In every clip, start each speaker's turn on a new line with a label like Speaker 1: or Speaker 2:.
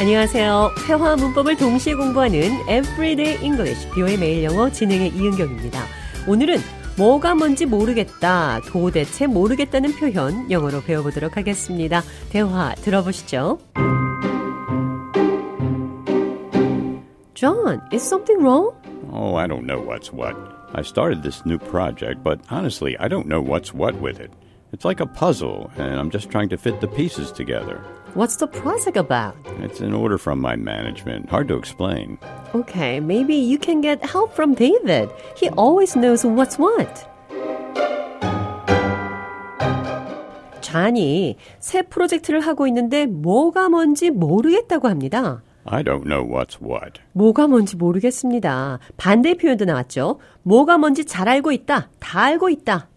Speaker 1: 안녕하세요. 회화 문법을 동시에 공부하는 Everyday English 비오의 매일 영어 진행의 이은경입니다. 오늘은 뭐가 뭔지 모르겠다, 도대체 모르겠다는 표현 영어로 배워보도록 하겠습니다. 대화 들어보시죠. John, is something wrong?
Speaker 2: Oh, I don't know what's what. I started this new project, but honestly, I don't know what's what with it. It's like a puzzle, and I'm just trying to fit the pieces together.
Speaker 1: What's the project about?
Speaker 2: It's an order from my management. Hard to explain.
Speaker 1: Okay, maybe you can get help from David. He always knows what's what. 잔이 새 프로젝트를 하고 있는데 뭐가 뭔지 모르겠다고 합니다.
Speaker 2: I don't know what's what.
Speaker 1: 뭐가 뭔지 모르겠습니다. 반대 표현도 나왔죠. 뭐가 뭔지 잘 알고 있다. 다 알고 있다.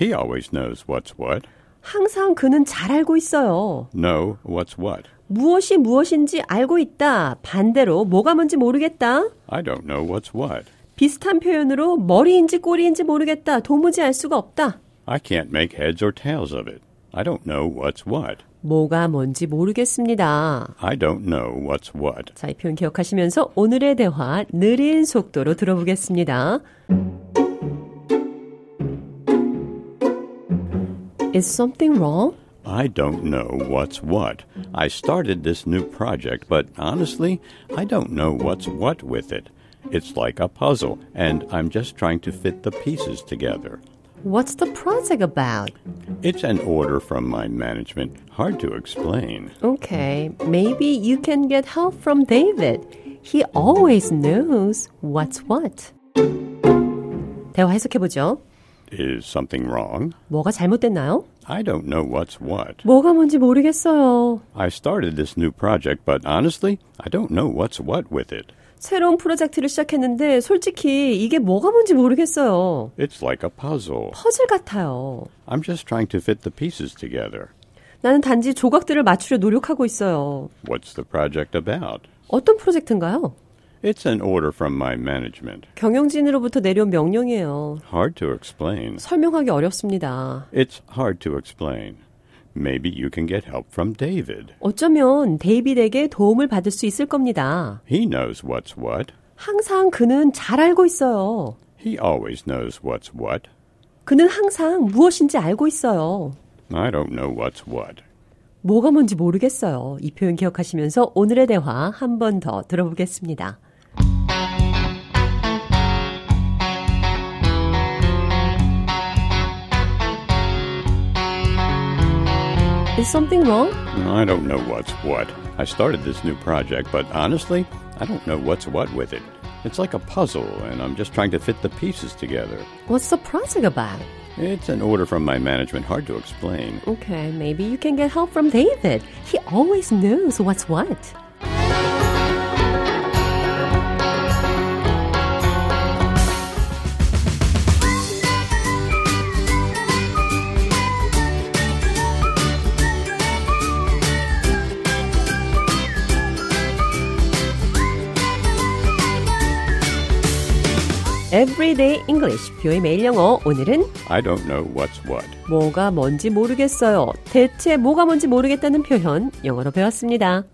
Speaker 2: He always knows what's what.
Speaker 1: 항상 그는 잘 알고 있어요.
Speaker 2: Know what's what.
Speaker 1: 무엇이 무엇인지 알고 있다. 반대로 뭐가 뭔지 모르겠다.
Speaker 2: I don't know what's what.
Speaker 1: 비슷한 표현으로 머리인지 꼬리인지 모르겠다. 도무지 알 수가 없다.
Speaker 2: I can't make heads or tails of it. I don't know what's what.
Speaker 1: 뭐가 뭔지 모르겠습니다.
Speaker 2: I don't know what's what.
Speaker 1: 자, 이 표현 기억하시면서 오늘의 대화 느린 속도로 들어보겠습니다. Is something wrong?
Speaker 2: I don't know what's what. I started this new project, but honestly, I don't know what's what with it. It's like a puzzle, and I'm just trying to fit the pieces together.
Speaker 1: What's the project about?
Speaker 2: It's an order from my management. Hard to explain.
Speaker 1: Okay, maybe you can get help from David. He always knows what's what. 대화 해석해 보죠.
Speaker 2: Is something wrong?
Speaker 1: 뭐가 잘못됐나요?
Speaker 2: I don't know what's what.
Speaker 1: 뭐가 뭔지 모르겠어요.
Speaker 2: I started this new project, but honestly, I don't know what's what with it.
Speaker 1: 새로운 프로젝트를 시작했는데 솔직히 이게 뭐가 뭔지 모르겠어요.
Speaker 2: It's like a puzzle.
Speaker 1: 퍼즐 같아요.
Speaker 2: I'm just trying to fit the pieces together.
Speaker 1: 나는 단지 조각들을 맞추려 노력하고 있어요.
Speaker 2: What's the project about?
Speaker 1: 어떤 프로젝트인가요?
Speaker 2: It's an order from my management.
Speaker 1: 경영진으로부터 내려온 명령이에요.
Speaker 2: Hard to explain.
Speaker 1: 설명하기 어렵습니다.
Speaker 2: It's hard to explain. Maybe you can get help from David.
Speaker 1: 어쩌면 데이빗에게 도움을 받을 수 있을 겁니다.
Speaker 2: He knows what's what.
Speaker 1: 항상 그는 잘 알고 있어요.
Speaker 2: He always knows what's what.
Speaker 1: 그는 항상 무엇인지 알고 있어요.
Speaker 2: I don't know what's what.
Speaker 1: 뭐가 뭔지 모르겠어요. 이 표현 기억하시면서 오늘의 대화 한 번 더 들어보겠습니다. Is something wrong?
Speaker 2: I don't know what's what. I started this new project, but honestly, I don't know what's what with it. It's like a puzzle, and I'm just trying to fit the pieces together.
Speaker 1: What's the project about?
Speaker 2: It's an order from my management, hard to explain.
Speaker 1: Okay, maybe you can get help from David. He always knows what's what. Everyday English, 뷰의 매일 영어. 오늘은
Speaker 2: I don't know what's what.
Speaker 1: 뭐가 뭔지 모르겠어요. 대체 뭐가 뭔지 모르겠다는 표현 영어로 배웠습니다.